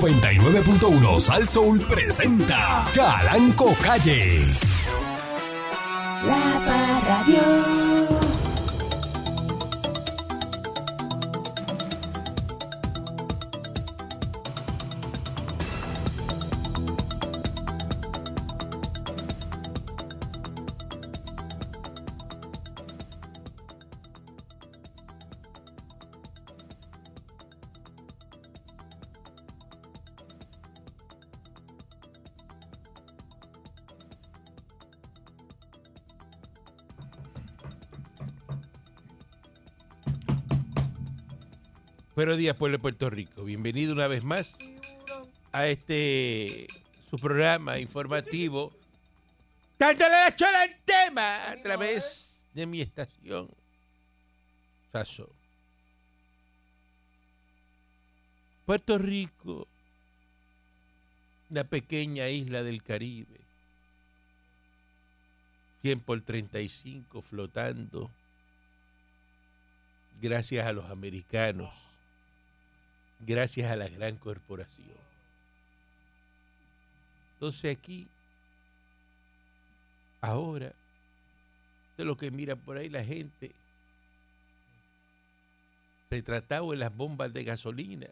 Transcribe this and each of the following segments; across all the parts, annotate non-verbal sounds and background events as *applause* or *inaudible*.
99.1 Sal Soul presenta Calanco Calle. La Parradio. Buenos días, pueblo de Puerto Rico. Bienvenido una vez más a este su programa informativo. Dándole la chola al tema a través de mi estación. Saso. Puerto Rico, la pequeña isla del Caribe, 100 por 35 flotando, gracias a los americanos, gracias a la gran corporación. Entonces aquí, ahora, de lo que mira por ahí la gente, retratado en las bombas de gasolina.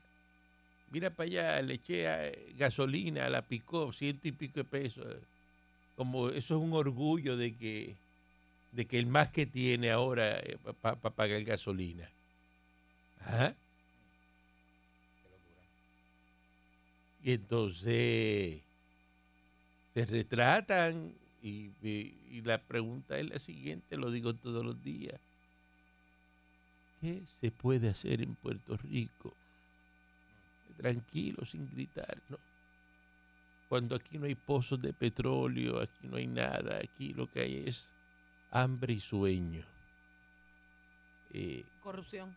Mira para allá, le eché eh, gasolina, la picó, ciento y pico de pesos. Como eso es un orgullo de que, de que el más que tiene ahora eh, para pagar gasolina. Ajá. Y entonces se retratan y, y- y la pregunta es la siguiente, lo digo todos los días. ¿Qué se puede hacer en Puerto Rico? Tranquilo, sin gritar, ¿no? Cuando aquí no hay pozos de petróleo, aquí no hay nada, aquí lo que hay es hambre y sueño. Eh, Corrupción.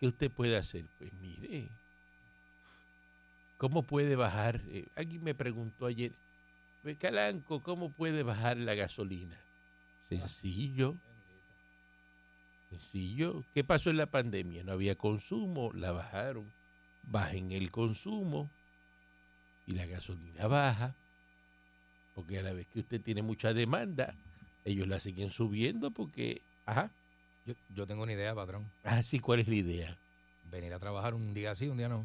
¿Qué usted puede hacer? Pues mire, ¿cómo puede bajar? Eh, alguien me preguntó ayer, "Pues, Calanco, ¿cómo puede bajar la gasolina? Sencillo. Sencillo. ¿Qué pasó en la pandemia? No había consumo, la bajaron. Bajen el consumo y la gasolina baja. Porque a la vez que usted tiene mucha demanda, ellos la siguen subiendo porque... Ajá. Yo, yo tengo una idea, patrón. Ah, sí, ¿cuál es la idea? Venir a trabajar un día sí, un día no.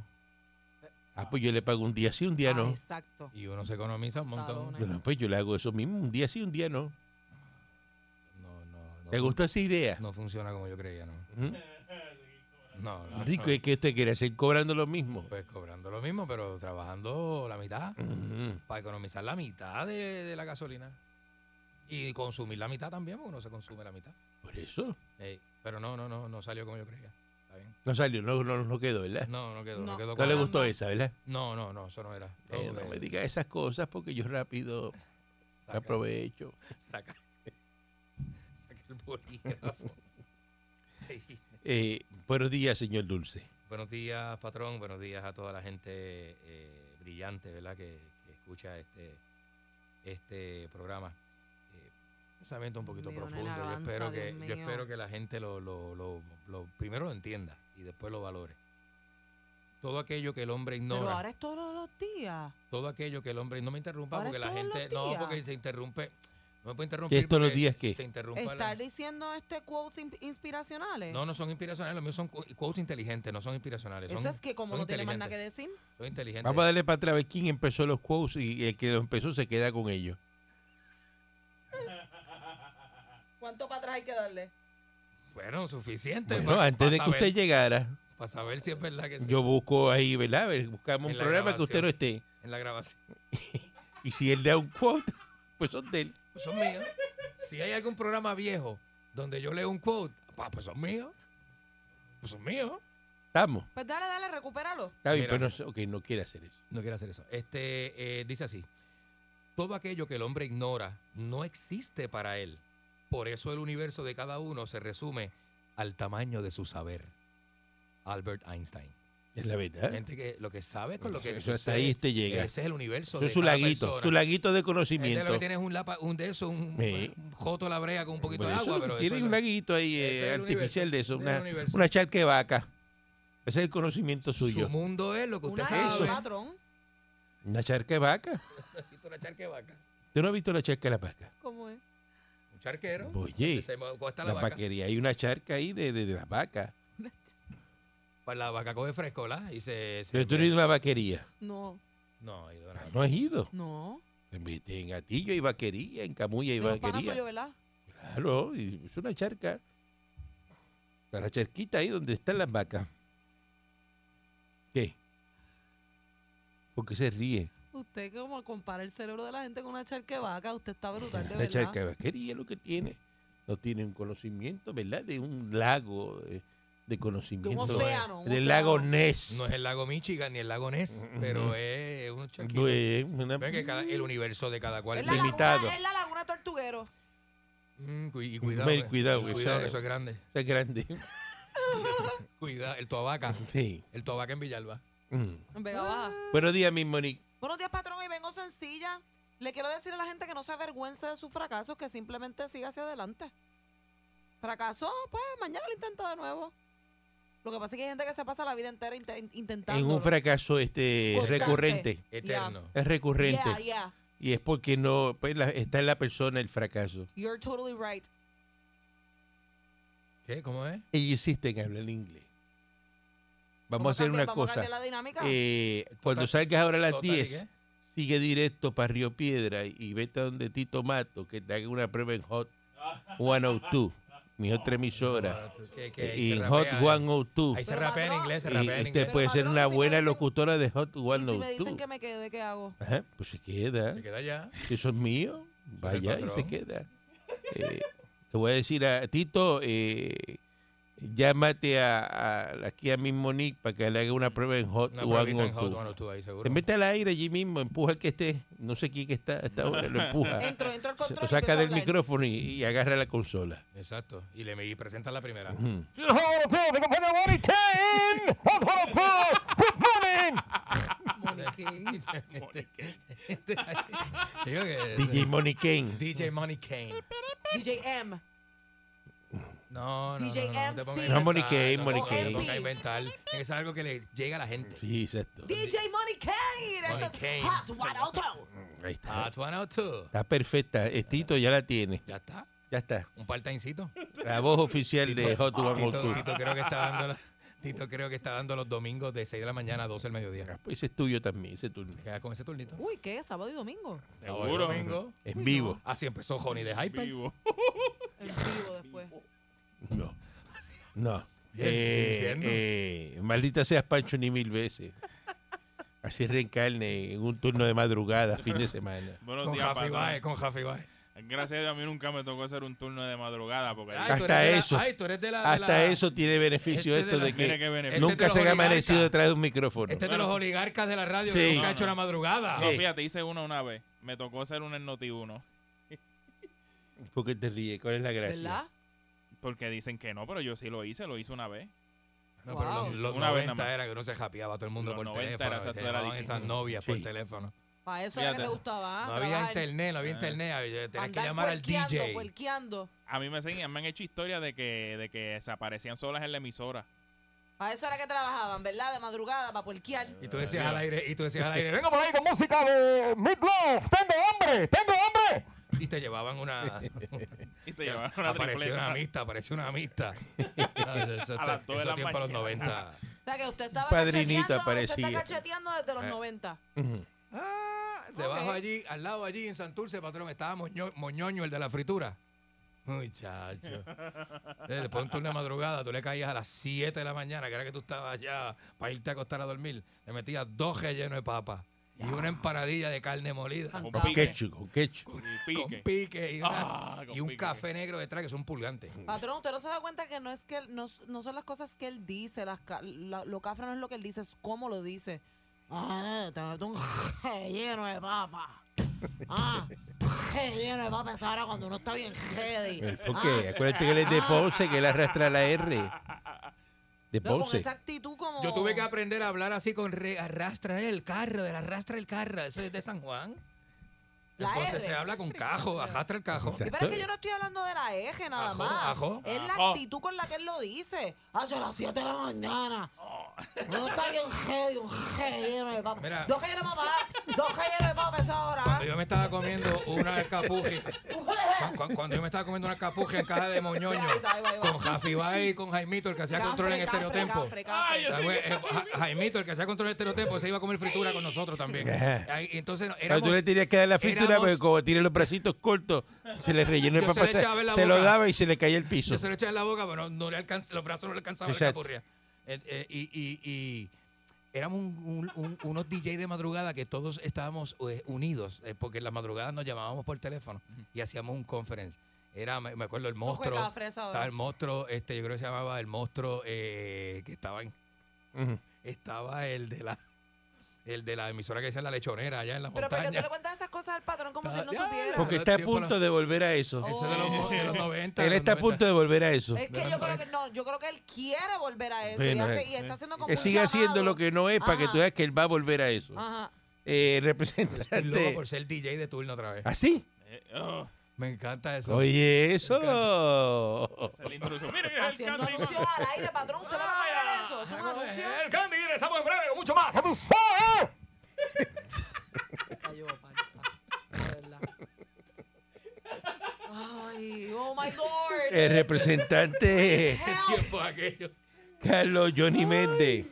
Ah, pues yo le pago un día sí, un día Ah, no. Exacto. Y uno se economiza un montón. Talones. Bueno, pues yo le hago eso mismo, un día sí, un día no. No, no, no. ¿Te gustó esa idea? No funciona como yo creía, ¿no? ¿Mm? No, no. Digo, no. ¿y ¿qué usted quiere hacer cobrando lo mismo? Pues cobrando lo mismo, pero trabajando la mitad. Ujú. Para economizar la mitad de, de la gasolina. Y consumir la mitad también, porque uno se consume la mitad. Por eso. Ey, pero no, no, no, no salió como yo creía. Está bien. No salió, no, no, no quedó, ¿verdad? No, no quedó, no, No. quedó No le como- gust- gustó no. esa, ¿verdad? No, no, no, eso no era. Eh, No, no eh, me diga esas cosas porque yo rápido saca- aprovecho. Saca, saca el *laughs* bolígrafo. Ey. Eh, buenos días, señor Dulce. Buenos días, patrón. Buenos días a toda la gente eh, brillante, ¿verdad? Que, que escucha este, este programa. Eh, un pensamiento un poquito Dios mío, profundo. nena, Yo espero, avanza, que, Dios yo mío. espero que la gente lo, lo- lo- lo- primero lo entienda y después lo valore. Todo aquello que el hombre Pero ignora, ahora es todos los días. todo aquello que el hombre no me interrumpa Ahora porque la todos los gente no días. porque se interrumpe, no me puede interrumpir ¿Qué es todos los porque días qué? se interrumpa la- Estar diciendo este quotes in- inspiracionales. No, no son inspiracionales, los míos son cu- quotes inteligentes, no son inspiracionales. Eso son- es que como son no tenemos nada que inteligentes, decir. son inteligentes. Vamos a darle para atrás a ver quién empezó los quotes y el que lo empezó se queda con ellos. ¿Cuánto para atrás hay que darle? Bueno, suficiente. Bueno, antes de que usted llegara, Para saber si es verdad que sí. yo busco ahí, ¿verdad? A ver, Buscamos En un la programa que usted grabación. no esté. En la grabación. Y si él da un quote, pues son de él. Pues son míos. Si hay algún programa viejo donde yo leo un quote, pa, pues son míos. Pues son míos. Estamos. Pues dale, dale, recupéralo. Está bien, Mira. pero no, sé- ok, no quiere hacer eso. No quiero hacer eso. Este eh, dice así: Todo aquello que el hombre ignora no existe para él. Por eso el universo de cada uno se resume al tamaño de su saber. Albert Einstein. Es la verdad. Gente que lo que sabe con lo que Eso hasta sucede, ahí te llega. Ese es el universo. Eso de es su cada laguito, persona. su laguito de Este conocimiento. lo que tiene es un, lapa, un de eso, un, Sí. un joto la brea con un poquito Por de eso agua, pero tiene eso es un lo- laguito ahí ese eh, es el artificial universo, de eso, del una, universo. una charca de vaca. Ese es el conocimiento suyo. Su mundo es lo que usted Una sabe. un patrón. Una charca de vaca. Una charque vaca. ¿Tú no has visto la charca de la vaca? ¿Cómo es? *laughs* Un charquero. Oye, Se mo- cuesta Pues la la, vaca. vaquería. Hay una charca ahí de, de, de las vacas. Pues la vaca coge fresco, ¿verdad? Y se. se Pero tú no has ido a la vaquería. No, No, he ido a la Ah, vaca. No has ido. no. En Vit- En Gatillo hay vaquería, en Camuya hay De los panas vaquería. soy yo, ¿verdad? Claro, y es una charca. Está La charquita ahí donde están las vacas. ¿Qué? Porque se ríe. Usted como compara el cerebro de la gente con una charquevaca, usted está brutal, de la verdad. charca de vaquería es lo que tiene. No tiene un conocimiento, ¿verdad? De un lago de, de conocimiento. océano, un Del océano. lago Ness. No es el lago Michigan ni el lago Ness, Ujú. pero es un charquito. Pues, una- Ve que cada- el universo de cada cual Es es la, limitado. laguna, es la laguna tortuguero. Mm, cu- y cuidado. Ven, eh. cuidado, Y esa- eso es grande. *laughs* es grande. Cuidado, el Toabaca. Sí. El Toabaca en Villalba. Mm. En Vega Baja. Buenos días, mi Monique. Buenos días, patrón, y vengo sencilla. Le quiero decir a la gente que no se avergüence de sus fracasos, que simplemente siga hacia adelante. Fracasó, pues mañana lo intenta de nuevo. Lo que pasa es que hay gente que se pasa la vida entera inte- intentando. En un fracaso este Constante. recurrente. Eterno. Es recurrente. Yeah, yeah. Y es porque no pues, la- está en la persona el fracaso. You're totally right. ¿Qué? ¿Cómo es? Ellos insisten en hablar inglés. Vamos a hacer cambiar- una vamos a cosa. cambiar la dinámica. Eh, cuando Total- salgas ahora a las Total, Tota, ¿eh? ¿y 10, qué? sigue directo para Río Piedra y, y vete a donde Tito Mato, que te haga una prueba en Hot 102, mi otra emisora. Ahora tú- que- que ahí Y se en Hot rapea, eh. 102. Ahí se Pero, rapea en patrón, inglés, se Y rapea en usted inglés. puede ser Pero, una patrón, ¿y si me buena dicen- locutora de Hot y si me dicen 102. que me quede, ¿qué hago? Ajá, pues se queda. eh, Se queda allá. que eso es mío, vaya y se patrón. queda. Eh, le voy a decir a Tito, eh, llámate a, a- aquí a mi Monique para que le haga una prueba en Hot Una One pruebita en on Hot Two. One on Two ahí, seguro. Te mete al aire allí mismo, empuja al que esté, no sé quién que está, hasta ahora, *laughs* lo empuja, Entro, entro al Ah, control. se- lo y empiezo saca a del hablar. micrófono y, y agarra la consola. Exacto. Y le y presenta la primera. Ujú. Ah, Moniquín. *laughs* Este ahí. *laughs* Digo que- DJ Monique. DJ Money Kane. DJ M. No, no, no, DJ no, no, te MC. pongas a No, inventar, Money Kane, no, Money no te Kane. pongas a inventar. Tiene que ser algo que le llegue a la gente. Sí, exacto. DJ Moniquín. Esto es Moniquín. Hot 102. Ahí está. Hot 102. Está perfecta. Eh, Tito ya la tiene. Ya está. Ya está. Un part-timecito. La voz oficial de Hot One on Tito, Two. Tito creo que está dando la- Tito creo que está dando los domingos de 6 de la mañana a 12 del mediodía. Pues ese es tuyo también, ese turno. Te quedas con ese turnito. Uy, ¿qué? Sábado y domingo. Hoy domingo. En vivo. Así empezó Johnny de Hyper. En vivo después. No. No. Bien, Eh, estoy diciendo. eh, maldita seas Pancho ni mil veces. Así reencarne en un turno de madrugada, fin de semana. Buenos Con días, Jafi patrón. Baez, con Jafi Baez. Gracias a Dios, a mí nunca me tocó hacer un turno de madrugada. porque Ay, Hasta tú eres de la- eso. ay, tú eres de la- de Hasta la- eso tiene beneficio Este esto de de la- Mira que qué beneficio. Este nunca es de se ha los amanecido oligarcas. detrás de un micrófono. Este es de los oligarcas de la radio Sí. que nunca No, ha hecho no. una madrugada. No, fíjate, hice uno una vez. Me tocó hacer un en Noti 1. Porque te ríe, ¿cuál es la gracia? ¿Verdad? Porque dicen que no, pero yo sí lo hice, lo hice una vez. No, pero Wow. los, los Una vez 90 nada más. era que uno se japeaba todo el mundo Los por 90 era teléfono. exacto, te era llamaban distinto. esas novias por Sí. Ah, teléfono. Para eso era que Fíjate te eso. gustaba. ah, no había internet, no había internet. había- Tenías que llamar al DJ. A mí me, seguían- me han hecho historias de que, de que desaparecían solas en la emisora. Para eso era que trabajaban, ¿verdad? De madrugada, para puerquear. Y tú decías al aire, y tú decías al aire, venga por ahí con música de Meatloaf. ¡Tengo hambre! ¡Tengo hambre! Y *laughs* te llevaban una. Y te llevaron una apareció una tripleta. amista, apareció una *laughs* amista. eso A las dos de eso la tiempo a los mañana. 90. O sea, que usted estaba Padrinito cacheteando, Usted aparecía. está cacheteando desde los Eh. 90. Ujú. Ah, debajo allí, al lado allí en Santurce, patrón, estaba Moño- Moñoño, el de la fritura. Muchacho. Eh, Después de un turno de madrugada, tú le caías a las 7 de la mañana, que era que tú estabas allá para irte a acostar a dormir. Le metías dos rellenos de papa y una empanadilla de carne molida. Con Con pique. ketchup, con ketchup. Y Con pique. pique y, una- Ah, con y un pique. café negro detrás, que son pulgantes. Patrón, usted no se da cuenta que no es que él- no, no son las cosas que él dice, las, ca- la- lo cafre no es lo que él dice, es cómo lo dice. Ah, te meto un *laughs* relleno de papa. Ah, relleno de papa. Esa ahora cuando uno está bien ready. Ah. Ah, El- ¿Por qué? Acuérdate que él es de Ponce, que él arrastra la R. De No, con Ponce. esa actitud como... Yo tuve que aprender a hablar así con re- arrastra el carro, del arrastra el carro. Eso es de San Juan. La Entonces R. se habla con cajo, arrastra el cajo. Exacto. Pero es que yo no estoy hablando de la eje nada Ajó, más. ajó. Es la Ajó. actitud con la que él lo dice. Hace las 7 de la mañana. No está bien heavy, un relleno de papa. Mira. Dos rellenos de papa. Dos rellenos de papa a esa hora. ¿eh? Cuando yo me estaba comiendo una alcapuji, cu- cu- cuando yo me estaba comiendo una alcapuji en caja de moñoño, Ahí está, ahí va, ahí va. con Jafibay y con Jaimito, el que hacía control Cafre, en cafre, estereotempo. cafre, cafre. Ay, yo- ¿Sabes? Eh, Ja- Jaimito, el que hacía control en estereotempo, se iba a comer fritura con nosotros también. Ahí, entonces no, Pero éramos- tú le tenías que dar la fritura éramos- porque como tiene los bracitos cortos, se le rellenó el Yo se papá, le se, echaba en la se lo boca. daba y se le caía el piso. yo se lo echaba en la boca, pero no, no le alcanz- los brazos no le alcanzaban la Exacto. alcapurria. Eh, eh, y, y- y éramos un- un- un- unos DJ de madrugada que todos estábamos eh, unidos, eh, porque en las madrugadas nos llamábamos por teléfono y hacíamos un conference. Era, me, me acuerdo, el No fue monstruo. cafre a esa hora. Estaba el monstruo, este, yo creo que se llamaba el monstruo eh, que estaba en, Ujú. Ah, estaba el de la el de la emisora que decía la lechonera allá en la Pero porque tú montaña. le cuentas esas cosas al patrón como si él no Ya, supiera. Porque Pero está a tiempo punto de volver a eso. Oh. Eso de los, de *laughs* los 90. Él los está a 90. punto de volver a eso. Es que No, yo no, creo que es- no, yo creo que él quiere volver a eso Sí, y, no, hace- es- y está haciendo como Que un siga Eh, haciendo llamado. lo que no es para que Ajá. tú veas que él va a volver a eso. Ajá. Eh, Ah. Estoy loco representante. por ser DJ de turno otra vez. ¿Así? Eh, oh, Me encanta eso. Oye, Me eso. es el intruso. Mira que es el Haciendo cántico. anuncios al aire, patrón. ¿Usted le va a creer eso? ¿Es un anuncio? El Candy, regresamos en breve con mucho más. ¡Abusado! Cayó, pa- de verdad. Ay, oh my lord. Eh, El representante Help. Tiempos aquellos. Carlos Johnny Méndez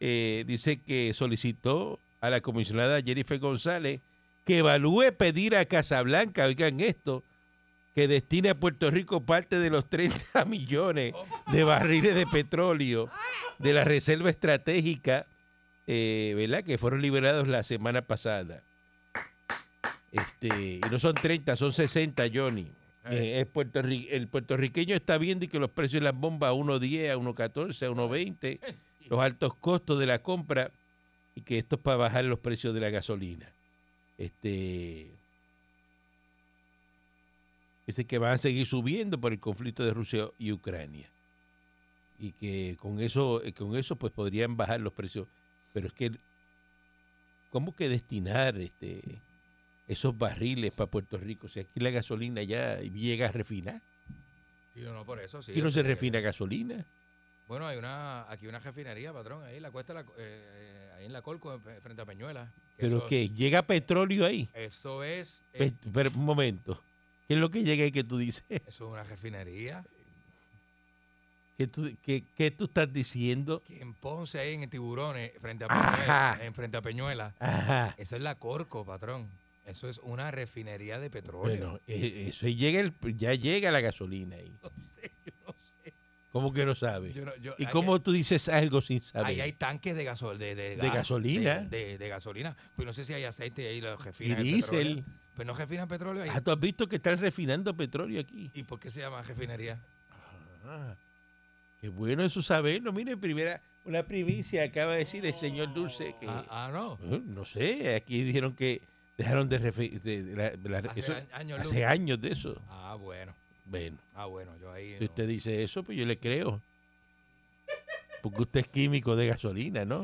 eh, dice que solicitó a la comisionada Jennifer González que evalúe pedir a Casablanca, oigan esto, que destine a Puerto Rico parte de los 30 *laughs* millones de barriles de petróleo de la reserva estratégica, eh, ¿verdad? Que fueron liberados la semana pasada. Este, y no son 30, son 60, Johnny. Eh, es puertorri- el puertorriqueño está viendo y que los precios de las bombas a 1.10, a 1.14, a 1.20, los altos costos de la compra y que esto es para bajar los precios de la gasolina. Este dice que van a seguir subiendo por el conflicto de Rusia y Ucrania. Y que con eso eh, con eso pues podrían bajar los precios, pero es que ¿cómo que destinar este esos barriles para Puerto Rico? Si aquí la gasolina ya llega a refinar. Sí, no, no, por eso sí. Aquí no se Este, refina gasolina. Bueno, hay una, aquí una refinería, patrón, ahí en la cuesta, de la- eh, eh, ahí en la Colco, en- frente a Peñuela. Pero eso, que llega petróleo ahí. Eso es, eh, Ve- Pero, un momento. ¿Qué es lo que llega y que tú dices? *laughs* eso es una refinería. ¿Qué tú, qué- qué tú estás diciendo? Que en Ponce, ahí en el Tiburones, frente a Ajá. Peñuela, en frente a Peñuela, Ajá. Eso es la Corco, patrón. Eso es una refinería de petróleo. Bueno, eh, eso ahí llega el- ya llega la gasolina ahí. ¿Cómo que no sabes? Yo no- yo- ¿Y ahí- cómo tú dices algo sin saber? Ahí hay tanques de, gasol, de, de, De gas, gasolina. De, de- de gasolina. Pues no sé si hay aceite y ahí lo y refinan. el diésel. petróleo. Pues no refinan petróleo ahí. Ah, tú has visto que están refinando petróleo aquí. ¿Y por qué se llama refinería? Ah, qué bueno eso saberlo. Mire, primera, una primicia acaba de decir el señor Dulce que... Ah, ah, no. Eh, No sé, aquí dijeron que dejaron de... refi- de- de la- de la- Hace eso- a- años luz. hace años de eso. Ah, bueno. Bueno, Ah, bueno. Yo ahí. si no. usted dice eso, pues yo le creo. Porque usted es químico de gasolina, ¿no?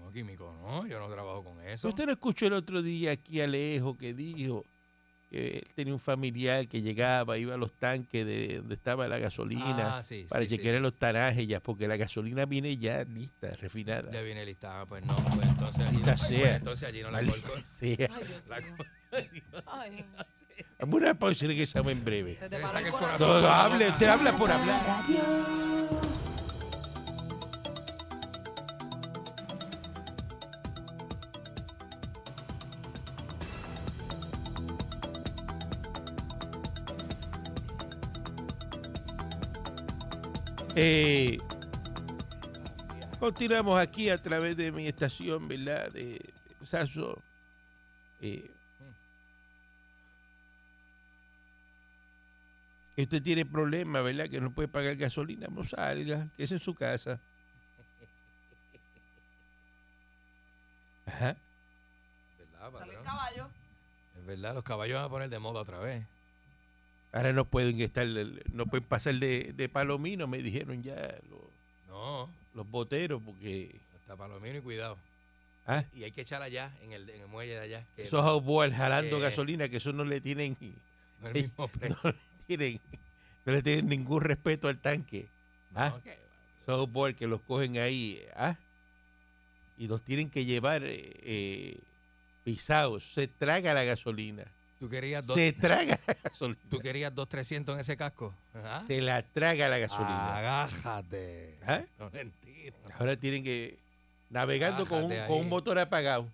No, químico, no. Yo no trabajo con eso. Usted no escuchó el otro día aquí a Alejo que dijo que él tenía un familiar que llegaba, iba a los tanques de donde estaba la gasolina Ah, sí, para sí, sí, chequear sí. los tanajes ya, porque la gasolina viene ya lista, refinada. Ya viene listada. Pues no. Pues entonces allí. Maldita no, pues, sea. entonces allí no la Maldita Corco. *laughs* sea. Ay, Dios La mío. Corco. Ay, Dios mío. Vamos a una pausa y regresamos en breve. Se Le te paró saca el el corazón. No, no, hable, usted habla por hablar. Eh, continuamos aquí a través de mi estación, ¿verdad? De Sasso. Eh, que usted tiene problemas, ¿verdad? Que no puede pagar gasolina, no salga, que es en su casa. Ajá. ¿Verdad, Salió el patrón? caballo. Es verdad. Los caballos van a poner de moda otra vez. Ahora no pueden estar, no pueden pasar de, de palomino, me dijeron ya los, No. los boteros, porque Hasta Palomino y cuidado. ¿Ah? Y hay que echar allá, en el, en el muelle de allá. que Esos outboards jalando eh, gasolina, que eso no le tienen, *laughs* no no es el mismo precio. le tienen, no le tienen ningún respeto al tanque. ¿Ah? Ok. Esos outboards que los cogen ahí, ¿ah? Y los tienen que llevar eh, eh, pisados. Se traga la gasolina. ¿Tú querías dos, Se traga la gasolina. tú querías dos 300 en ese casco? ¿Ah? Ajá. Se la traga la Ah, gasolina. Agájate. ¿Ah? Florentino. Ahora tienen que navegando con un, Bájate con ahí. un motor apagado.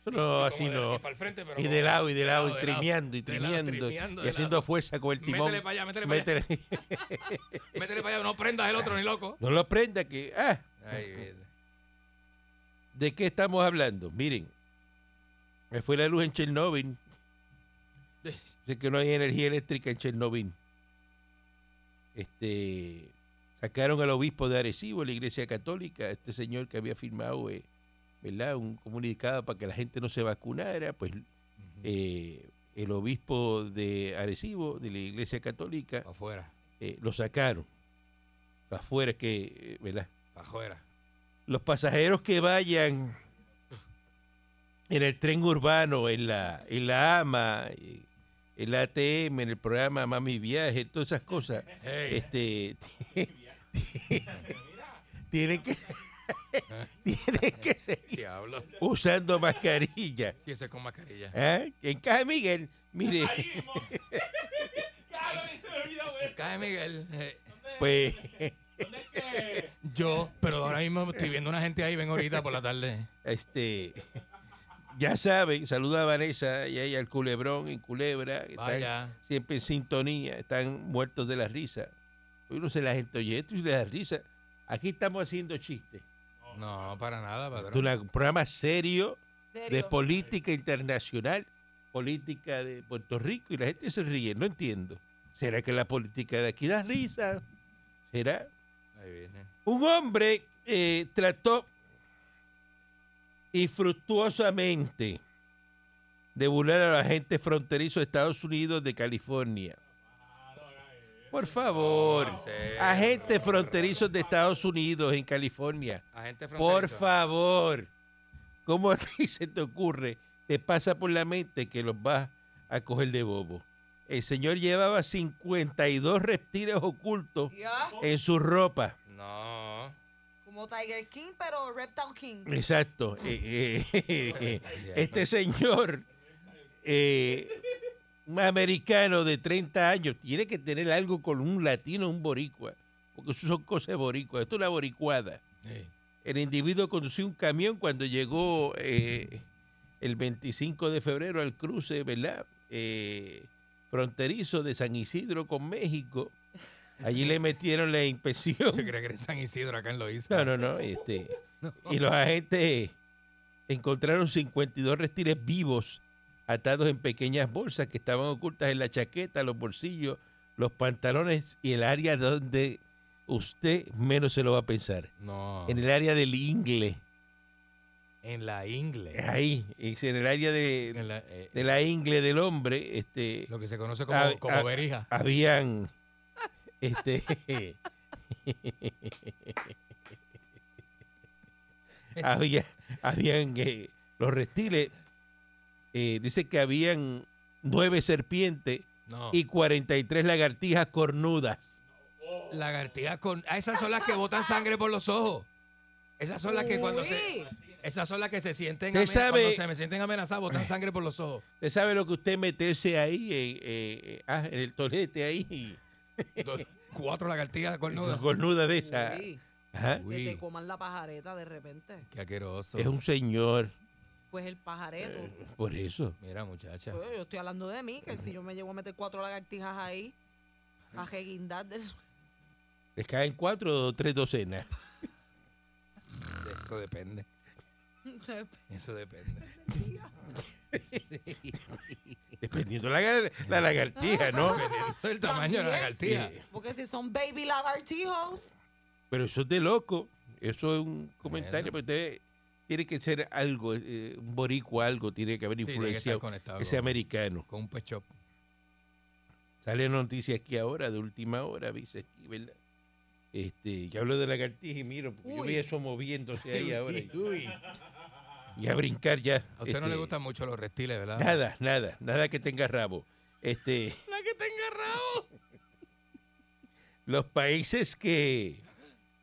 Eso no, así no. para el frente, pero Y como- de lado, y de lado, y de lado, trimeando, y de lado, trimeando, trimeando, y de haciendo lado. fuerza con el timón. Métele para allá, métele para allá. Métele- *laughs* Métele para allá, no prendas el otro ni loco. No lo prenda que... Ah, Ay, mira. ¿De qué estamos hablando? Miren, me fue la luz en Chernobyl. Sé que no hay energía eléctrica en Chernobyl. Este, sacaron al obispo de Arecibo, la iglesia católica, este señor que había firmado eh, ¿verdad? un comunicado para que la gente no se vacunara, pues eh, el obispo de Arecibo, de la iglesia católica, Pa' afuera, eh, lo sacaron. Para afuera es que, eh, ¿verdad? pa' afuera. los pasajeros que vayan en el tren urbano, en la, en la AMA, eh, en la ATM, en el programa Mami Viaje, todas esas cosas, Ey, este *laughs* tienen que *laughs* tienen que seguir diablo. usando mascarilla. Sí, ese es con mascarilla. ¿Ah? En Caja Miguel, mire, Cae Miguel. eh, pues yo, pero ahora mismo estoy viendo una gente ahí, ven ahorita por la tarde. este ya saben, saluda a Vanessa y ahí al culebrón en Culebra, que está en Vaya. siempre en sintonía, están muertos de la risa. Uno se las oye esto y le da risa. Aquí estamos haciendo chistes. No, para nada, De patrón. un programa serio de Serio. política internacional, política de Puerto Rico, y la gente se ríe, no entiendo. ¿Será que la política de aquí da risa? ¿Será? Ahí viene. Un hombre eh, trató infructuosamente de burlar a los agentes fronterizos de Estados Unidos de California. Por favor, No, sé. agentes fronterizos de Estados Unidos en California, Agente por fronterizo. favor, ¿cómo *laughs* a ti se te ocurre? Te pasa por la mente que los vas a coger de bobo. El señor llevaba 52 reptiles ocultos Ya, en su ropa. No. como Tiger King, pero Reptile King. Exacto. Eh, eh, eh, *laughs* eh. Diablo. este señor, eh, un americano de 30 años, tiene que tener algo con un latino, un boricua, porque eso son cosas boricuas. Esto es una boricuada. Sí. El individuo conducía un camión cuando llegó eh, el 25 de febrero al cruce, ¿verdad? Eh, fronterizo de San Isidro con México. Allí le metieron la inspección. *laughs* Yo creo que era en San Isidro acá en Loíza. No, no, no. Este, Y los agentes encontraron 52 reptiles vivos atados en pequeñas bolsas que estaban ocultas en la chaqueta, los bolsillos, los pantalones y el área donde usted menos se lo va a pensar. No. En el área del ingle. En la ingle. Ahí, es en el área de, En la, eh, de la ingle del hombre, este, lo que se conoce como, Ah, como ah, berija. habían este había habían eh, los reptiles eh, dice que habían nueve serpientes No. y 43 lagartijas cornudas Lagartijas con. Ah, esas son las que botan sangre por los ojos. Esas son las que cuando se. Uy. Esas son las que se sienten Usted amen- sabe- cuando se me sienten amenazadas, botan sangre por los *laughs* ojos. usted sabe lo que usted meterse ahí eh, eh, eh, ah, en el tolete ahí Dos- cuatro lagartijas cornudas. cornuda de esa Uy, Ajá. que te Uy, coman la pajareta de repente. qué asqueroso. es un señor Pues el pajareto. Eh, por eso Mira, muchacha. Pues, yo estoy hablando de mí, que si yo me llevo a meter cuatro lagartijas ahí, Eh. a reguindar *laughs* del les caen cuatro o tres docenas Eso depende. Eso depende. dependiendo la, gar- la lagartija no El tamaño de la lagartija. Eh, Porque si son baby lagartijos, Pero eso es de loco. Eso es un comentario, Bueno. pero usted tiene que ser algo, eh, un boricua, algo, tiene que haber Sí, tiene que estar influenciado conectado ese con, americano. con un pecho. Sale noticia aquí ahora, de última hora, dice aquí, ¿verdad? Este, yo hablo de lagartija y miro, porque yo Uy. vi eso moviéndose ahí ahora. Y, Uy. y a brincar ya. A usted no este, le gustan mucho los reptiles, ¿verdad? Nada, nada, nada que tenga rabo. Este, La que tenga rabo. Los países que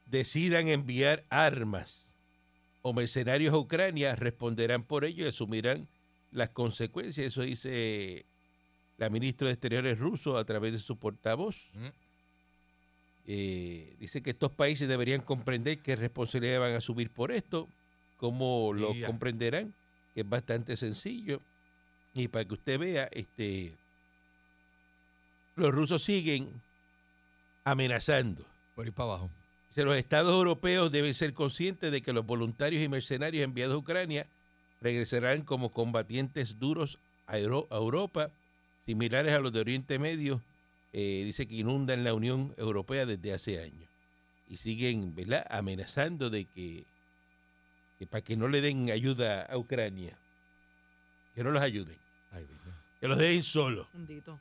decidan enviar armas o mercenarios a Ucrania responderán por ello y asumirán las consecuencias. Eso dice la ministra de Exteriores ruso a través de su portavoz. Mm. Eh, dice que estos países deberían comprender qué responsabilidad van a asumir por esto, cómo lo Ya. comprenderán, que es bastante sencillo. Y para que usted vea, este, los rusos siguen amenazando. Por ir para abajo. Dice, Los estados europeos deben ser conscientes de que los voluntarios y mercenarios enviados a Ucrania regresarán como combatientes duros a, Euro- a Europa, similares a los de Oriente Medio, eh, dice que inundan la Unión Europea desde hace años. Y siguen ¿verdad? amenazando de que, que para que no le den ayuda a Ucrania, que no los ayuden, Ay, Dios mío. que los dejen solos Bendito.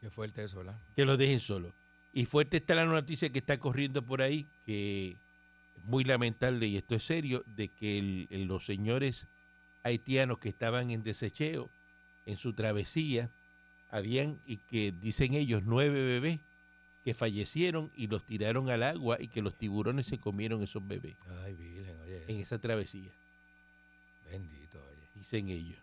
Qué fuerte eso, ¿verdad? que lo dejen solo. Y fuerte está la noticia que está corriendo por ahí, que es muy lamentable, y esto es serio, de que el- el- los señores haitianos que estaban en desecheo, en su travesía, habían, y que dicen ellos, nueve bebés que fallecieron y los tiraron al agua y que los tiburones se comieron esos bebés Ay, Virgen, oye. en eso. esa travesía, Bendito, oye. dicen ellos.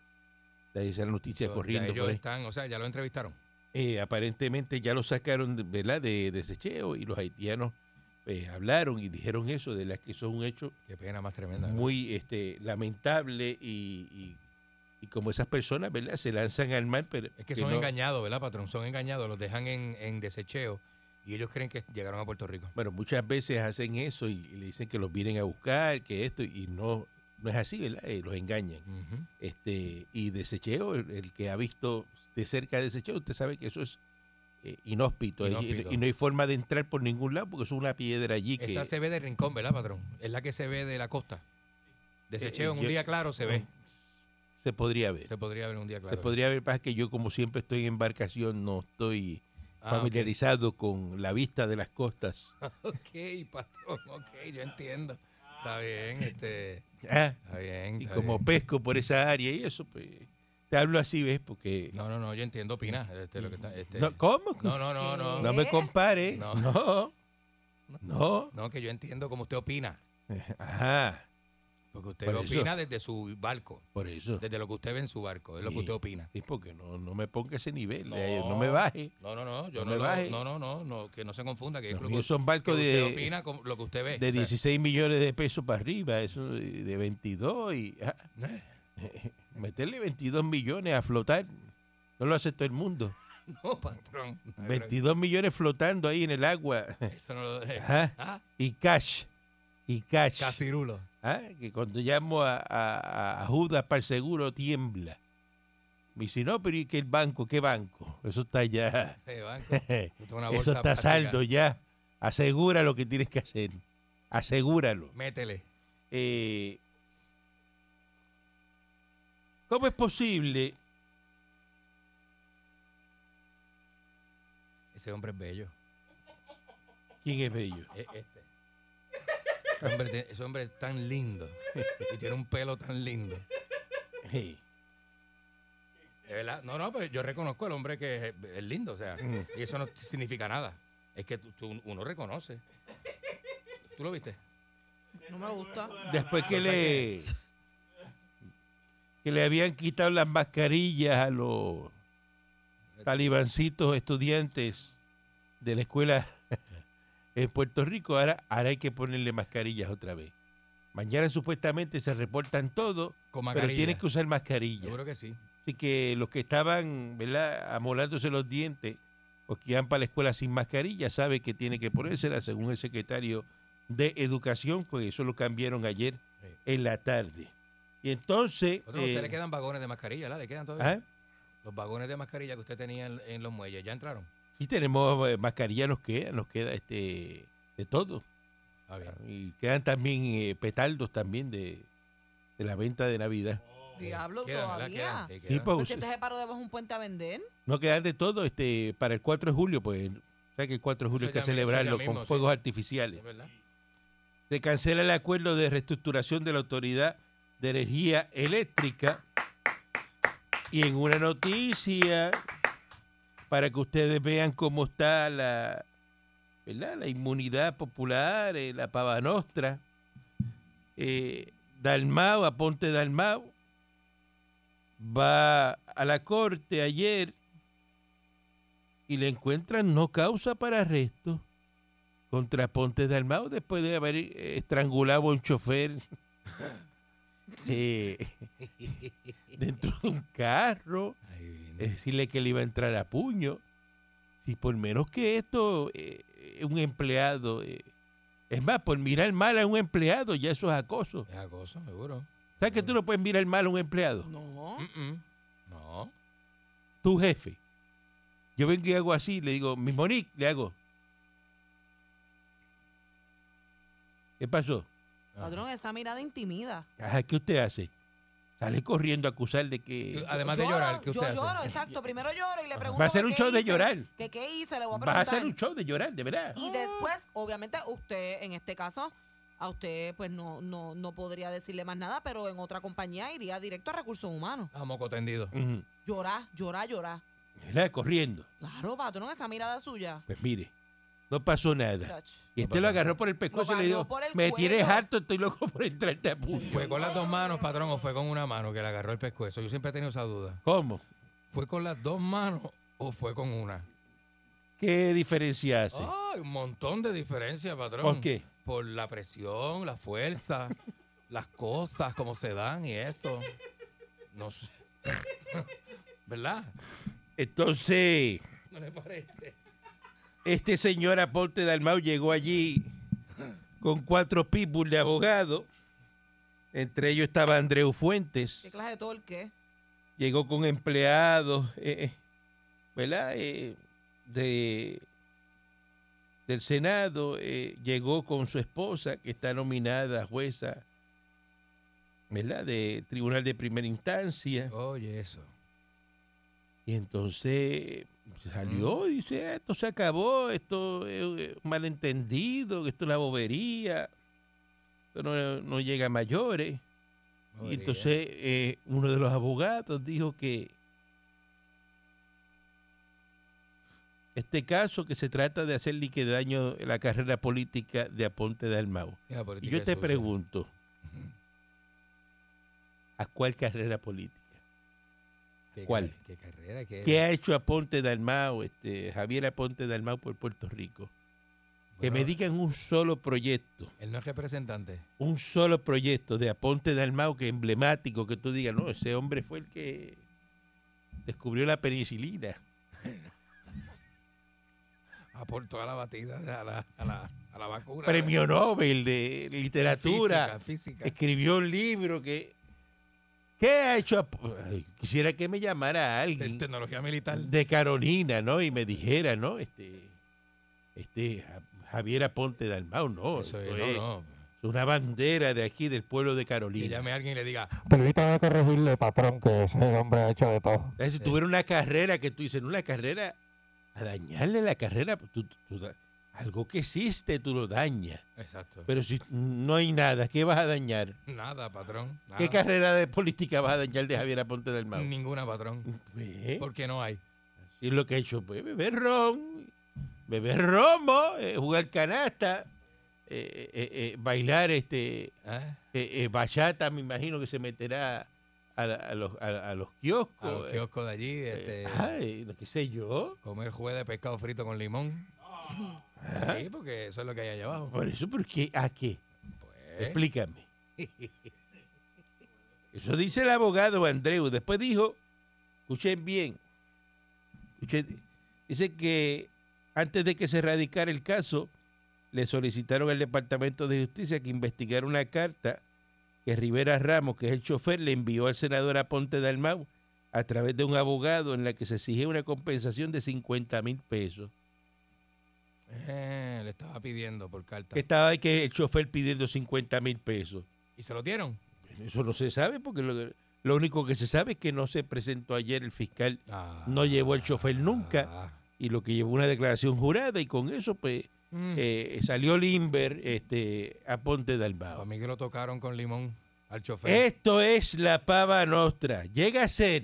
Esa es la noticia Yo- ya corriendo ellos por ahí. están, o sea, ya lo entrevistaron. Eh, aparentemente ya lo sacaron de- ¿verdad? de desecheo y los haitianos eh, hablaron y dijeron eso, de las que eso es un hecho Qué pena más tremenda. ¿verdad? muy este, lamentable y, y- y como esas personas ¿verdad? se lanzan al mar, pero Es que son no- engañados, ¿verdad, patrón? Son engañados, los dejan en, en desecheo y ellos creen que llegaron a Puerto Rico. bueno, muchas veces hacen eso y, y le dicen que los vienen a buscar, que esto, y no, no es así, ¿verdad? Eh, los engañan. Ujú. este y desecheo el, el que ha visto de cerca desecheo usted sabe que eso es eh, inhóspito, es- Inhóspito. y no hay forma de entrar por ningún lado porque es una piedra allí que Esa se ve del rincón, ¿verdad, patrón? Es la que se ve de la costa. Desecheo Eh, en un yo- día claro se ve. se podría ver Se podría ver en un día claro. se podría ver pasa que yo como siempre estoy en embarcación no estoy Ah, familiarizado con la vista de las *laughs* costas ok, patrón, ok, yo entiendo. Está bien, este, Ah, está bien. y está como bien. pesco por esa área y eso pues te hablo así ves porque No, no, no, yo entiendo, opina. Este, lo que está, este- No, cómo no, no, no, No no, no. me compare No. no no que yo entiendo como usted opina. ajá Porque usted Por lo eso. opina desde su barco, por eso desde lo que usted ve en su barco, es lo que Sí. usted opina. Sí, porque no, no me ponga ese nivel, eh, no, me baje. No, no, no, yo No no, me lo- baje. no, no, no, no, que no se confunda, que es Los lo que, míos usted- son que barcos usted de, opina como lo que usted ve. de O sea, 16 millones de pesos para arriba, eso eh, de 22 y ah, Eh. *laughs* meterle 22 millones a flotar, no lo hace todo el mundo. *laughs* No, patrón. no, Eh, pero 22 millones flotando ahí en el agua Eso no lo *laughs* Ajá. Ah, y cash. Y cash. cacirulo. Ah, Que cuando llamo a, a- a Judas para el seguro tiembla. Me dice, no, pero ¿y qué el banco? ¿Qué banco? Eso está ya. Eh, banco. Esto es *laughs* una *laughs* Eso bolsa está plástica. saldo ya. Asegura lo que tienes que hacer. Asegúralo. Métele. Eh, ¿Cómo es posible? Ese hombre es bello. ¿Quién es bello? E- Este. Ese hombre, tiene- ese hombre es tan lindo. Y tiene un pelo tan lindo. Eh, De verdad. No, no, pues yo reconozco al hombre que es, es lindo, o sea. Mm. Y eso no significa nada. Es que tú- tú- uno reconoce. ¿Tú lo viste? No me gusta. Después que le que le habían quitado las mascarillas a los talibancitos estudiantes de la escuela *laughs* en Puerto Rico, ahora, ahora hay que ponerle mascarillas otra vez. Mañana supuestamente se reportan todo, pero Con mascarilla. tienen que usar mascarillas. Seguro que sí. Así que los que estaban, ¿verdad?, amolándose los dientes o que iban para la escuela sin mascarilla, sabe que tiene que ponérsela, según el secretario de Educación, pues eso lo cambiaron ayer Sí. en la tarde. Y entonces. Patrón, a usted eh, Pues le quedan vagones de mascarilla, ¿verdad? ¿Le quedan todavía? ¿ah? Los vagones de mascarilla que usted tenía en, en los muelles, ¿ya entraron? Y tenemos eh, mascarilla, nos queda, nos queda este de todo. Ah, bien. Y quedan también eh, petardos también de, de la venta de Navidad. Diablo, Quedan, ¿verdad? todavía. Quedan, sí, Sí, quedan. pues, ¿Pues si te se paró debajo de un puente a vender? no quedan de todo este para el 4 de julio, pues O sea que el 4 de julio Eso hay que ya mi- eso celebrarlo ya con mismo, sí. fuegos artificiales. ¿Es verdad? Se cancela el acuerdo de reestructuración de la Autoridad de Energía Eléctrica. Y en una noticia, para que ustedes vean cómo está la, ¿verdad? la inmunidad popular, eh, la pava nostra, eh, Dalmau, Aponte Dalmau, va a la corte ayer y le encuentran no causa para arresto contra Pontes de Almao después de haber eh, estrangulado a un chofer *laughs* eh, *laughs* dentro de un carro, Ay, es decirle que le iba a entrar a puño. Si por menos que esto, eh, un empleado, eh, es más, por mirar mal a un empleado, ya eso es acoso. es acoso, seguro. ¿Sabes que tú no puedes mirar mal a un empleado? No. Mm-mm. No. Tu jefe. Yo vengo y hago así, le digo, mi Monique, le hago. ¿Qué pasó? Ajá. Patrón, esa mirada intimida. Ajá, ¿qué usted hace? Sale corriendo a acusar de que Ah. Eh, Además de llorar, ¿qué yo usted hace? lloro, exacto. Primero lloro y le pregunto. va a ser que un qué show de hice, llorar. Que qué hice, le voy a Vas a preguntar. hacer un show de llorar, de verdad. Y después, obviamente, usted, en este caso, a usted pues no, no, no podría decirle más nada, pero en otra compañía iría directo a recursos humanos. Ah, moco tendido. Ujú. Llorar, llorar, llorar. ¿Verdad? Corriendo. Claro, patrón, esa mirada suya. Pues mire, no pasó nada. Chach. Y este lo agarró por el pescuezo y le agarró dijo, por el me tienes cuello". harto, estoy loco por entrarte a puño. ¿Fue con las dos manos, patrón, o fue con una mano que le agarró el pescuezo? Yo siempre he tenido esa duda. ¿Cómo? ¿Fue con las dos manos o fue con una? ¿Qué diferencia hace? Ay, un montón de diferencia, patrón. ¿Por qué? Por la presión, la *laughs* fuerza, las cosas, cómo se dan y eso. No sé. ¿Verdad? Entonces, No le parece. este señor Aponte Dalmau llegó allí con cuatro pitbull de abogado. Entre ellos estaba Andreu Fuentes. ¿Qué clase de todo el qué? llegó con empleados, eh, eh, ¿verdad? Eh, de, del Senado, eh, llegó con su esposa, que está nominada jueza, ¿verdad? De Tribunal de Primera Instancia. Oye, eso. Y entonces eh, salió y dice, "Ah, esto se acabó, esto es eh, un malentendido, que esto es una bobería, esto no, no llega a mayores. Y Madre mía. entonces eh, uno de los abogados dijo que este caso que se trata de hacerle que daño la carrera política de Aponte Dalmau. Mira, Y política yo te sucia. pregunto, ¿a cuál carrera política? ¿Qué ¿cuál? car- ¿Qué carrera? ¿Qué, ¿Qué ha hecho Aponte Dalmau, este, Javier Aponte Dalmau por Puerto Rico? Que Bueno, me digan un solo proyecto, Él no es representante. un solo proyecto de Aponte Dalmau que emblemático, que tú digas, no, ese hombre fue el que descubrió la penicilina. Aportó a Ah, la batida, a la, a la, a la vacuna. premio Nobel de literatura, Física, física. escribió un libro que... ¿Qué ha hecho? Ap- Ay, Quisiera que me llamara De alguien tecnología militar. de Carolina, ¿no? Y me dijera, ¿no? Este, este Ja- Javier Aponte Dalmau, no. eso eso es, es no, no. una bandera de aquí, del pueblo de Que Carolina. llame a alguien y le diga, Permítame corregirle, patrón, que ese hombre ha hecho de todo. Es decir, tuviera una carrera que tú dices, una carrera, a dañarle la carrera, pues, tú- tú- tú da- algo que existe tú lo dañas. exacto. Pero si no hay nada, ¿qué vas a dañar? Nada, patrón. nada. ¿Qué carrera de política vas a dañar de Javier Aponte del Mau? Ninguna, patrón. Ve, Porque no hay. Y lo que ha hecho, pues, beber ron, beber romo, eh, jugar canasta, eh, eh, eh, bailar este eh, ¿eh? eh, bachata, me imagino que se meterá a, la- a los, a, a los kioscos. A los eh, kioscos de allí, eh, este, ay, no qué sé yo. comer juez de pescado frito con limón. Ah. Sí, porque eso es lo que hay allá abajo. Por eso, ¿por qué? ¿A qué? Eh. *laughs* Pues, Explícame. Eso dice el abogado Andreu. Después dijo, escuchen bien, escuchen, dice que antes de que se erradicara el caso, le solicitaron al Departamento de Justicia que investigara una carta que Rivera Ramos, que es el chofer, le envió al senador Aponte Dalmau a través de un abogado en la que se exigía una compensación de 50 mil pesos. eh, le estaba pidiendo por carta. Que estaba ahí que el chofer pidiendo 50 mil pesos. ¿Y se lo dieron? Eso no se sabe porque lo, lo único que se sabe es que no se presentó ayer el fiscal, Ah, no llevó el chofer nunca ah, y lo que llevó una declaración jurada y con eso pues Mm. eh, salió Limber este, a Ponte A Dalmao. mí que lo tocaron con limón al chofer. Esto es la pava nostra. Llega a ser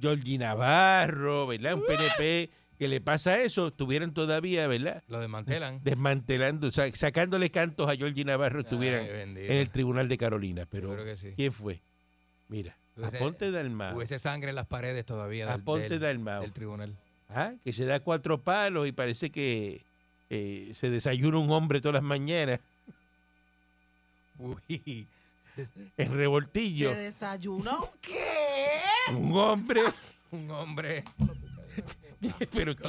Georgie Navarro, ¿verdad? Un PNP que le pasa eso, estuvieran todavía, ¿verdad? Lo desmantelan. Desmantelando, sa- sacándole cantos a Georgie Navarro, estuvieran Ay, bendito. en el Tribunal de Carolina. Yo Pero, creo que sí. Pues, eh, ¿quién fue? Mira, Hubiese- Aponte Dalmao. Hubiese sangre en las paredes todavía del, Aponte del- Dalmao. del tribunal. Ah, que se da cuatro palos y parece que eh, se desayuna un hombre todas las mañanas Uy. en ¿Te revoltillo. desayuno? ¿Qué? Un hombre, Un hombre pero que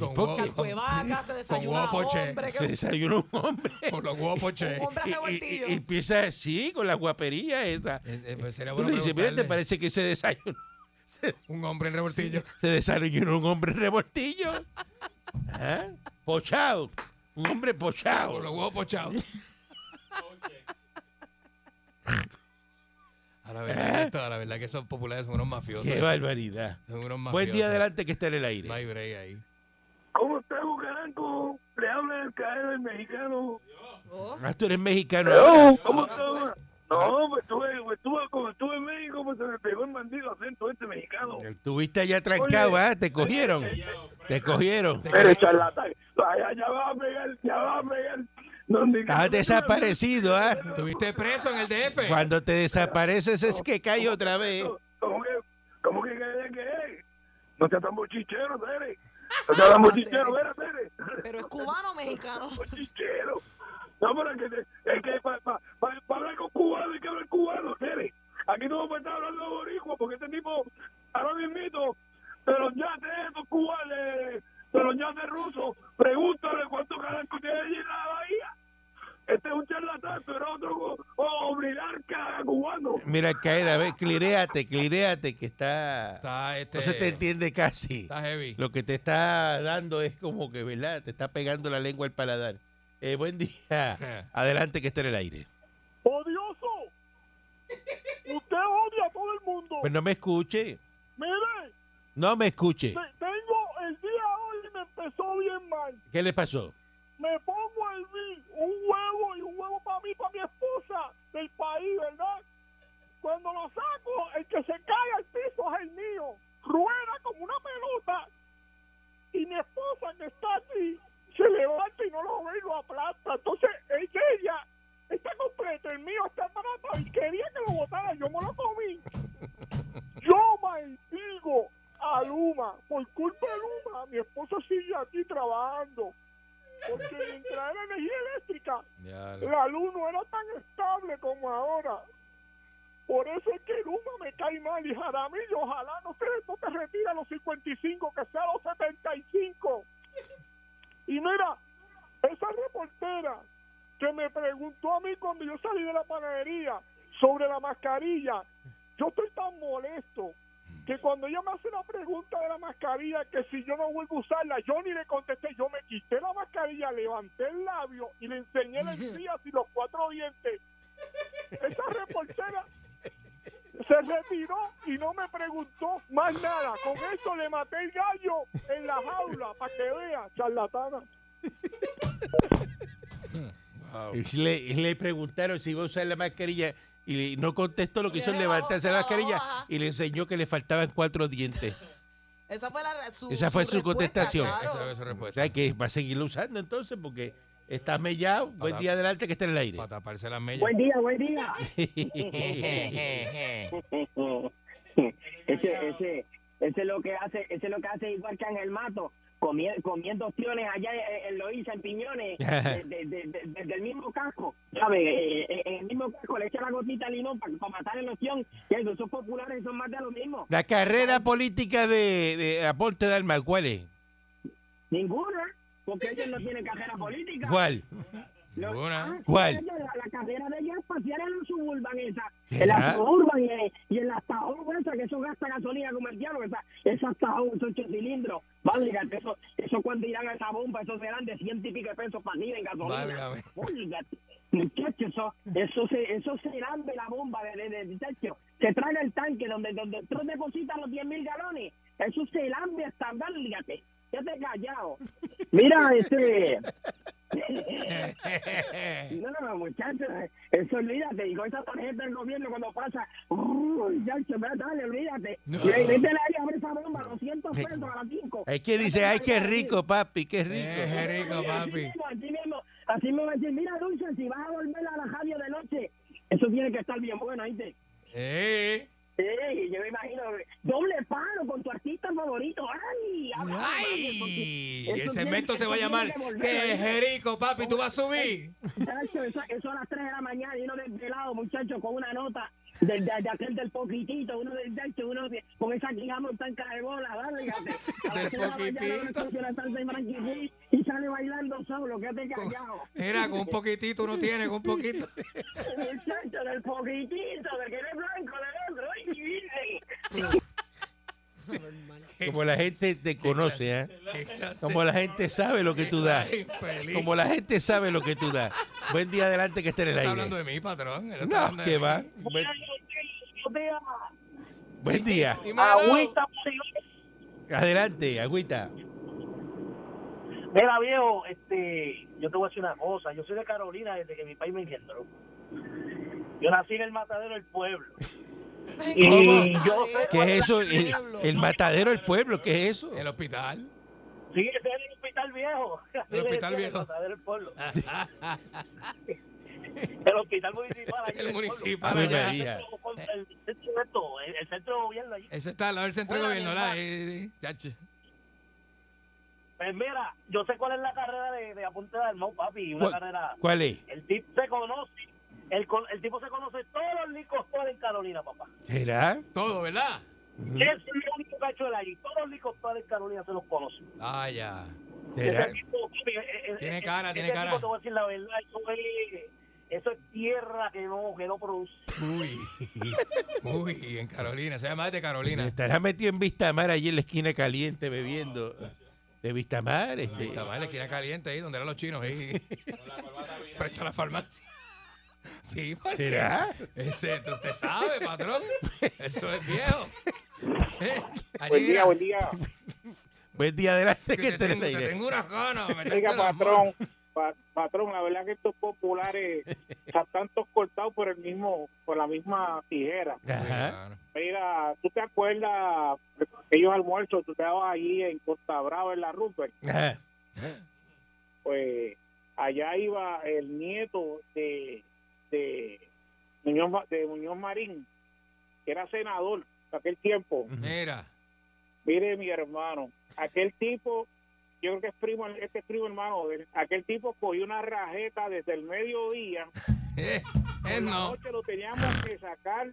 con ¿por huevo- qué? La cuevaca se desayuna guapo, che. hombre. se Que, desayuna un hombre. Por los *laughs* guapos, che. Eh, un hombre Y, revoltillo. y- y empieza así, con la guapería esa. Eh, eh, pues sería Tú bueno le dices, mira, este te preguntarle, parece que se desayunó, un hombre en revoltillo. se desayunó un hombre revoltillo. ¿Ah? Pochao, un hombre Por los pochao. *laughs* huevos pochados. A la verdad, que esto- a la verdad que esos populares son unos mafiosos. ¿Eh? Qué barbaridad. Son unos mafiosos. Buen día adelante que está en el No hay aire. break ahí. ¿Cómo está, Bucaranco? Le habla el caer del mexicano. Oh, Ah, tú eres mexicano. ¿Cómo Ahora fue. está? No, pues estuve, pues estuve, como estuve en México, pues se me pegó el bandido acento este mexicano. Estuviste allá trancado, ¿ah? Te cogieron. Te cogieron. Pero charlatán, allá ya va a pegar, ya va a pegar. Donde Has desaparecido, ¿ah? ¿Tuviste preso en el DF? Cuando te desapareces es que cae otra vez. ¿Cómo que, cómo que, que, que- No te tan bochichero, Tere. No te tan bochichero, vera, Tere. pero es cubano o mexicano. Bochichero. No, pero es que, te- es que para hablar con cubanos hay que hablar cubano, Tere. Aquí no vamos a estar hablando de boricua porque este tipo, ahora mismito, pero ya de esos cubanos, pero ya de rusos, pregúntale cuánto carajo tiene allí en la bahía. Este es un charlatán, pero es otro obligarca cubano. Mira, caer, a ver, cliréate, cliréate, que está... Está este. No se te entiende casi. Está heavy. Lo que te está dando es como que, ¿verdad? Te está pegando la lengua al paladar. Eh, buen día. *laughs* Adelante que está en el aire. ¡Odioso! Usted odia a todo el mundo. Pues no me escuche. Mire, No me escuche. tengo el día hoy me empezó bien mal. ¿Qué le pasó? me pongo a hervir un huevo y un huevo para mí, para mi esposa del país, ¿verdad? Cuando lo saco, el que se cae al piso es el mío. Rueda como una pelota. Y mi esposa que está aquí se levanta y no lo ve y lo aplasta. Entonces, es que ella está completo, el mío está barato y quería que lo botara. Yo me lo comí. Yo maldigo a Luma. Por culpa de Luma, mi esposa sigue aquí trabajando. Porque mientras era energía eléctrica, Ya, lo- la luz no era tan estable como ahora. Por eso es que Luma me cae mal y Jaramillo, ojalá no se no te retire a los 55, que sea a los 75. Y mira, esa reportera que me preguntó a mí cuando yo salí de la panadería sobre la mascarilla, yo estoy tan molesto que cuando ella me hace la pregunta de la mascarilla, que si yo no vuelvo a usarla, yo ni le contesté, yo me quité la mascarilla, levanté el labio y le enseñé el encías y los cuatro dientes. Esa reportera se retiró y no me preguntó más nada. Con eso le maté el gallo en la jaula, para que vea, charlatana. wow. Y Le, y le preguntaron si iba a usar la mascarilla y no contestó lo que Le hizo es bajó, levantarse se la la mascarilla bajó, ajá. y le enseñó que le faltaban cuatro dientes. Esa fue la su, Esa fue su respuesta, contestación. claro. Esa es su O respuesta. sea, que va a seguirlo usando entonces porque está mellado. Buen día adelante que está en el aire. Para taparse las mellas. Buen día, buen día. Oh. *laughs* ese, ese, ese es lo que hace, ese es lo que hace igual que Ángel Mato, comie- comiendo opciones allá en, en Loíza, en Piñones, de- de- de- de- desde el mismo casco, ¿sabes? Eh, eh, En el mismo casco le echa la gotita de limón para matar el opción, y eso, esos populares son más de lo mismo. *laughs* La carrera política de, de Aporte de Alma, ¿cuál es? Ninguna, porque ellos no tienen carrera política. ¿Cuál? Los- Ninguna. ah, ¿Cuál? ellos, La, la carrera de ellos es pasear en la suburban esa. ¿Será? En la suburban y, en- y en la Tahoe esa, que eso gasta gasolina como el diablo. Esa, esas Tahoe, esos ocho cilindros. Válgate, eso, eso *laughs* cuando irán a esa bomba, esos serán de ciento y pico de pesos para arriba en gasolina. Válgame. Válgate. Muchacho, Chacho, eso, eso, se, eso se lambe la bomba de, de, de- chacho. Se traga el tanque donde, donde tú depositas los 10 mil galones. Eso se lambe hasta andar, lígate. Ya te he callado. Mira, este. No, no, muchachos, eso olvídate. Y con esa tarjeta del gobierno cuando pasa, uy, ya se me dale, olvídate. No. Y ahí vete ahí, abre esa bomba, 200 pesos a las 5. Eh, Hay quien dice, ay, qué rico, papi, qué rico. Eh, rico, Así papi. mismo, así mismo, así mismo decir, mira, Dulce, si vas a volver a la radio de noche, eso tiene que estar bien bueno, ¿viste? Eh, Sí, yo me imagino, doble paro con tu artista favorito. ¡Ay! habla, mami, Ah, porque- ¡Ay! eso El tiene- segmento se eso va a tiene llamar que volver, ¡Qué ¿oíste? jerico, papi! ¿Tú vas a subir? Muchacho, eso, eso a las 3 de la mañana y uno desvelado, muchacho, con una nota del, de, de aquel del poquitito, uno del derecho, uno de- con esa guija montanca de bola, ¿vale? Fíjate. A las Del tres de la mañana uno poquitito. escucha la salsa de Frankie Ruiz y sale bailando solo, quédate callado. Mira, con un poquitito uno tiene, con *laughs* un poquito. Muchacho, del poquitito, del que eres blanco, del otro, ¡ay, virgen! Como la gente te conoce, ¿eh? Qué clase- Como la gente sabe lo que tú das. Ay, infeliz. Como la gente sabe lo que tú das. Buen día adelante que esté en el Está hablando aire. de mí, patrón. Él está hablando No, de que mí. va. Buen, buen día. Dímelo. Agüita, Adelante, agüita. Mira, viejo, este, yo te voy a decir una cosa. Yo soy de Carolina desde que mi país me engendró. Yo nací en el matadero del *laughs* pueblo. Y yo sé ¿Qué es eso? El, el matadero del pueblo, ¿qué es eso? El hospital. Sí, ese es el hospital viejo. *laughs* Así El le hospital decían, viejo. El matadero del *laughs* pueblo. el hospital municipal. allí El del pueblo. municipal Ave allá. María. El centro de todo, el- el centro de gobierno allí. Eso está al lado del centro de Hola, gobierno. mi la- hermano. eh, eh, chacho. Pues mira, yo sé cuál es la carrera de, de Apunte de Armón, papi. Una ¿Cuál? carrera. ¿Cuál es? El tipo se conoce. El, co- el tipo se conoce todos los licores en Carolina, papá. ¿Será? Todo, ¿verdad? Ese es el único cacho de allí. Todos los licores en Carolina se los conoce. Ah, ya. ¿Será? Ese tipo, papi, eh, eh, Tiene eh, cara, ese tiene tipo, cara. te voy a decir la verdad, eso es, eso es tierra que no, que no produce. Uy. Uy, en Carolina. Se llama de Carolina. Estará metido en Vistamar allí en la esquina caliente bebiendo. De Vistamar, este. Está mal, la esquina caliente ahí, donde eran los chinos. Ahí. Frente a la farmacia. Sí, porque- ¿Será? Ese, tú usted sabe, patrón. Eso es viejo. Eh, allí Buen día, era- *laughs* buen día. Buen día adelante que que te, esté en el tengo, te aire. tengo unas ganas. de meterte Oiga, las manos. patrón, pa- patrón, la verdad que estos *laughs* populares están tantos cortados por el mismo, por la misma tijera. Ajá. Claro. Mira, ¿tú te acuerdas aquellos almuerzos? Tú estabas allí en Costa Brava, en la Rupert. Ajá. Pues allá iba el nieto de, de, Muñoz, Ma- de Muñoz Marín, que era senador en aquel tiempo. Mira, Mire, mi hermano, aquel tipo, yo creo que es primo, este es primo hermano, de él. aquel tipo cogió una rajeta desde el mediodía. eh, *laughs* eh, en la no, noche lo teníamos que sacar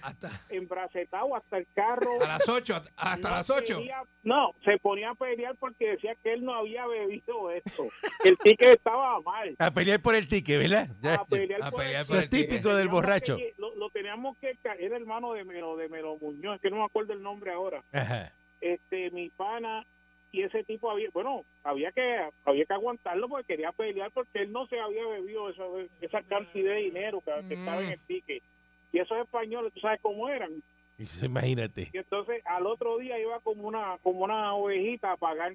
hasta embracetado hasta el carro. a las 8, hasta, *laughs* hasta No las 8. quería- no, se ponía a pelear porque decía que él no había bebido esto. que El ticket estaba mal. A pelear por el ticket, ¿verdad? Ya, *laughs* A pelear A por pelear el- por Lo el ticket. típico del teníamos borracho. que- lo, lo teníamos que ca- era hermano de Melo, de Melo Muñoz, que no me acuerdo el nombre ahora. Ajá. Este, mi pana y ese tipo había, bueno, había que había que aguantarlo porque quería pelear porque él no se había bebido esa, esa cantidad de dinero que, que estaba en el ticket. Y esos españoles, tú sabes cómo eran. Y eso, Imagínate. Y entonces al otro día iba como una como una ovejita a pagar.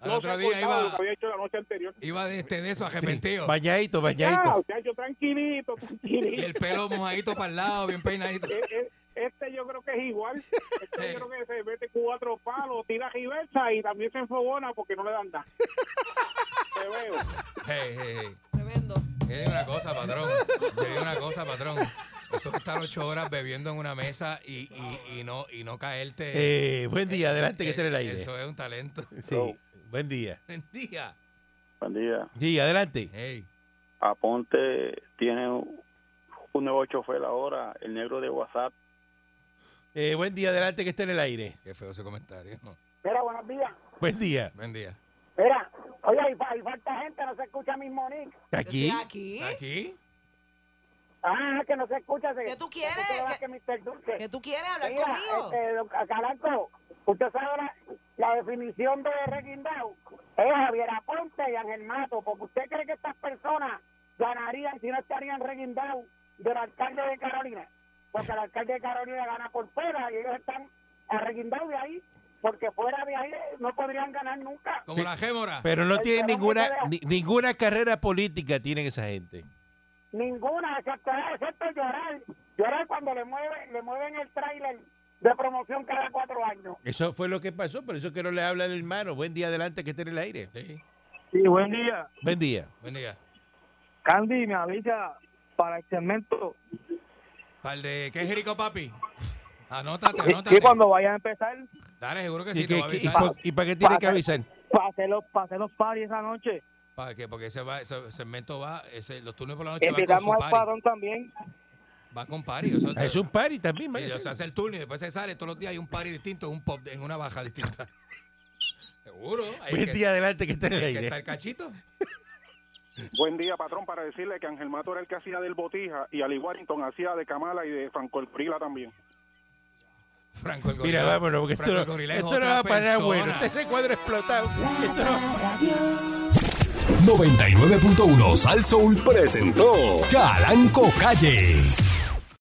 Al No otro se día acordaba lo que iba, había hecho la noche anterior. iba de, este, de eso arrepentido. Bañadito, Ya, bañadito. o sea, yo tranquilito, Y *laughs* tranquilito. el pelo mojadito para el lado, bien peinadito. Eh, eh, Este yo creo que es igual. Este yo creo que se mete cuatro palos, tira reversa y también se enfogona porque no le dan nada. Te veo. Hey, hey, Tremendo. hey. Te digo una cosa, patrón. Te digo una cosa, patrón. Eso de estar ocho horas bebiendo en una mesa y, y, y no, y no caerte. Eh, buen día, adelante que esté en el eh, aire. Eso es un talento. Sí. Buen día. Buen día. Buen día. Sí, adelante. Hey. Aponte tiene un un nuevo chofer ahora, el negro de WhatsApp. Eh, buen día, adelante que esté en el aire. Qué feo ese comentario. Mira, buenos días. Buen día. Buen día. Mira, oye, y, fa- y falta gente, no se escucha mi Monique. Aquí. Estoy aquí. ¿Aquí? Ah, que no se escucha. Se, ¿Qué tú quieres? se escucha ¿Qué- más que Mr. Dulce. ¿Que tú quieres hablar Mira, conmigo? este, don Caranco, usted sabe la, la definición de reguindao. Es Javier Aponte y Ángel Mato, porque usted cree que estas personas ganarían si no estarían reguindados del alcalde de Carolina. Porque el alcalde de Carolina gana por fuera y ellos están arreguindados de ahí. Porque fuera de ahí eh, no podrían ganar nunca. Como la gémora. Pero no El tienen Perón ninguna, Rivera. ni- ninguna carrera política, tienen esa gente. Ninguna, excepto, excepto llorar. Llorar cuando le mueven, le mueven el tráiler de promoción cada cuatro años. Eso fue lo que pasó, por eso que no le habla el hermano. Buen día, adelante, que esté en el aire. Sí, buen día. Buen día. Buen día. Candy me avisa para el segmento. ¿Para el de qué es Jerico, papi? Anótate, Y, anótate. y cuando vaya a empezar, Dale, seguro que ¿Y, sí, te qué- va a qué- y avisar. por- y para qué tiene que Pasa. avisar? pase los, pase los paris esa noche. ¿Para qué? Porque ese, va, ese segmento va, ese, los turnos por la noche van Invitamos con su al pari. padrón también. Va con pari. o sea, Ah, Es un party también, y, vaya. o sea, hace el turno y después se sale todos los días hay un pari distinto, un pop en una baja distinta. *laughs* Seguro. hay Buen que- día, adelante, que esté en el hay que aire. estar cachito. Buen día, patrón, para decirle que Ángel Mato era el que hacía del Botija y Ali Warrington hacía de Kamala y de Franco el Prila también. Franco el gorila. Mira, vámonos, porque esto, Franco el no- gorila es esto no otra va a parar persona. bueno. Este cuadro explotado. Esto no va a parar. 99.1 Sal Soul presentó Calanco Calle.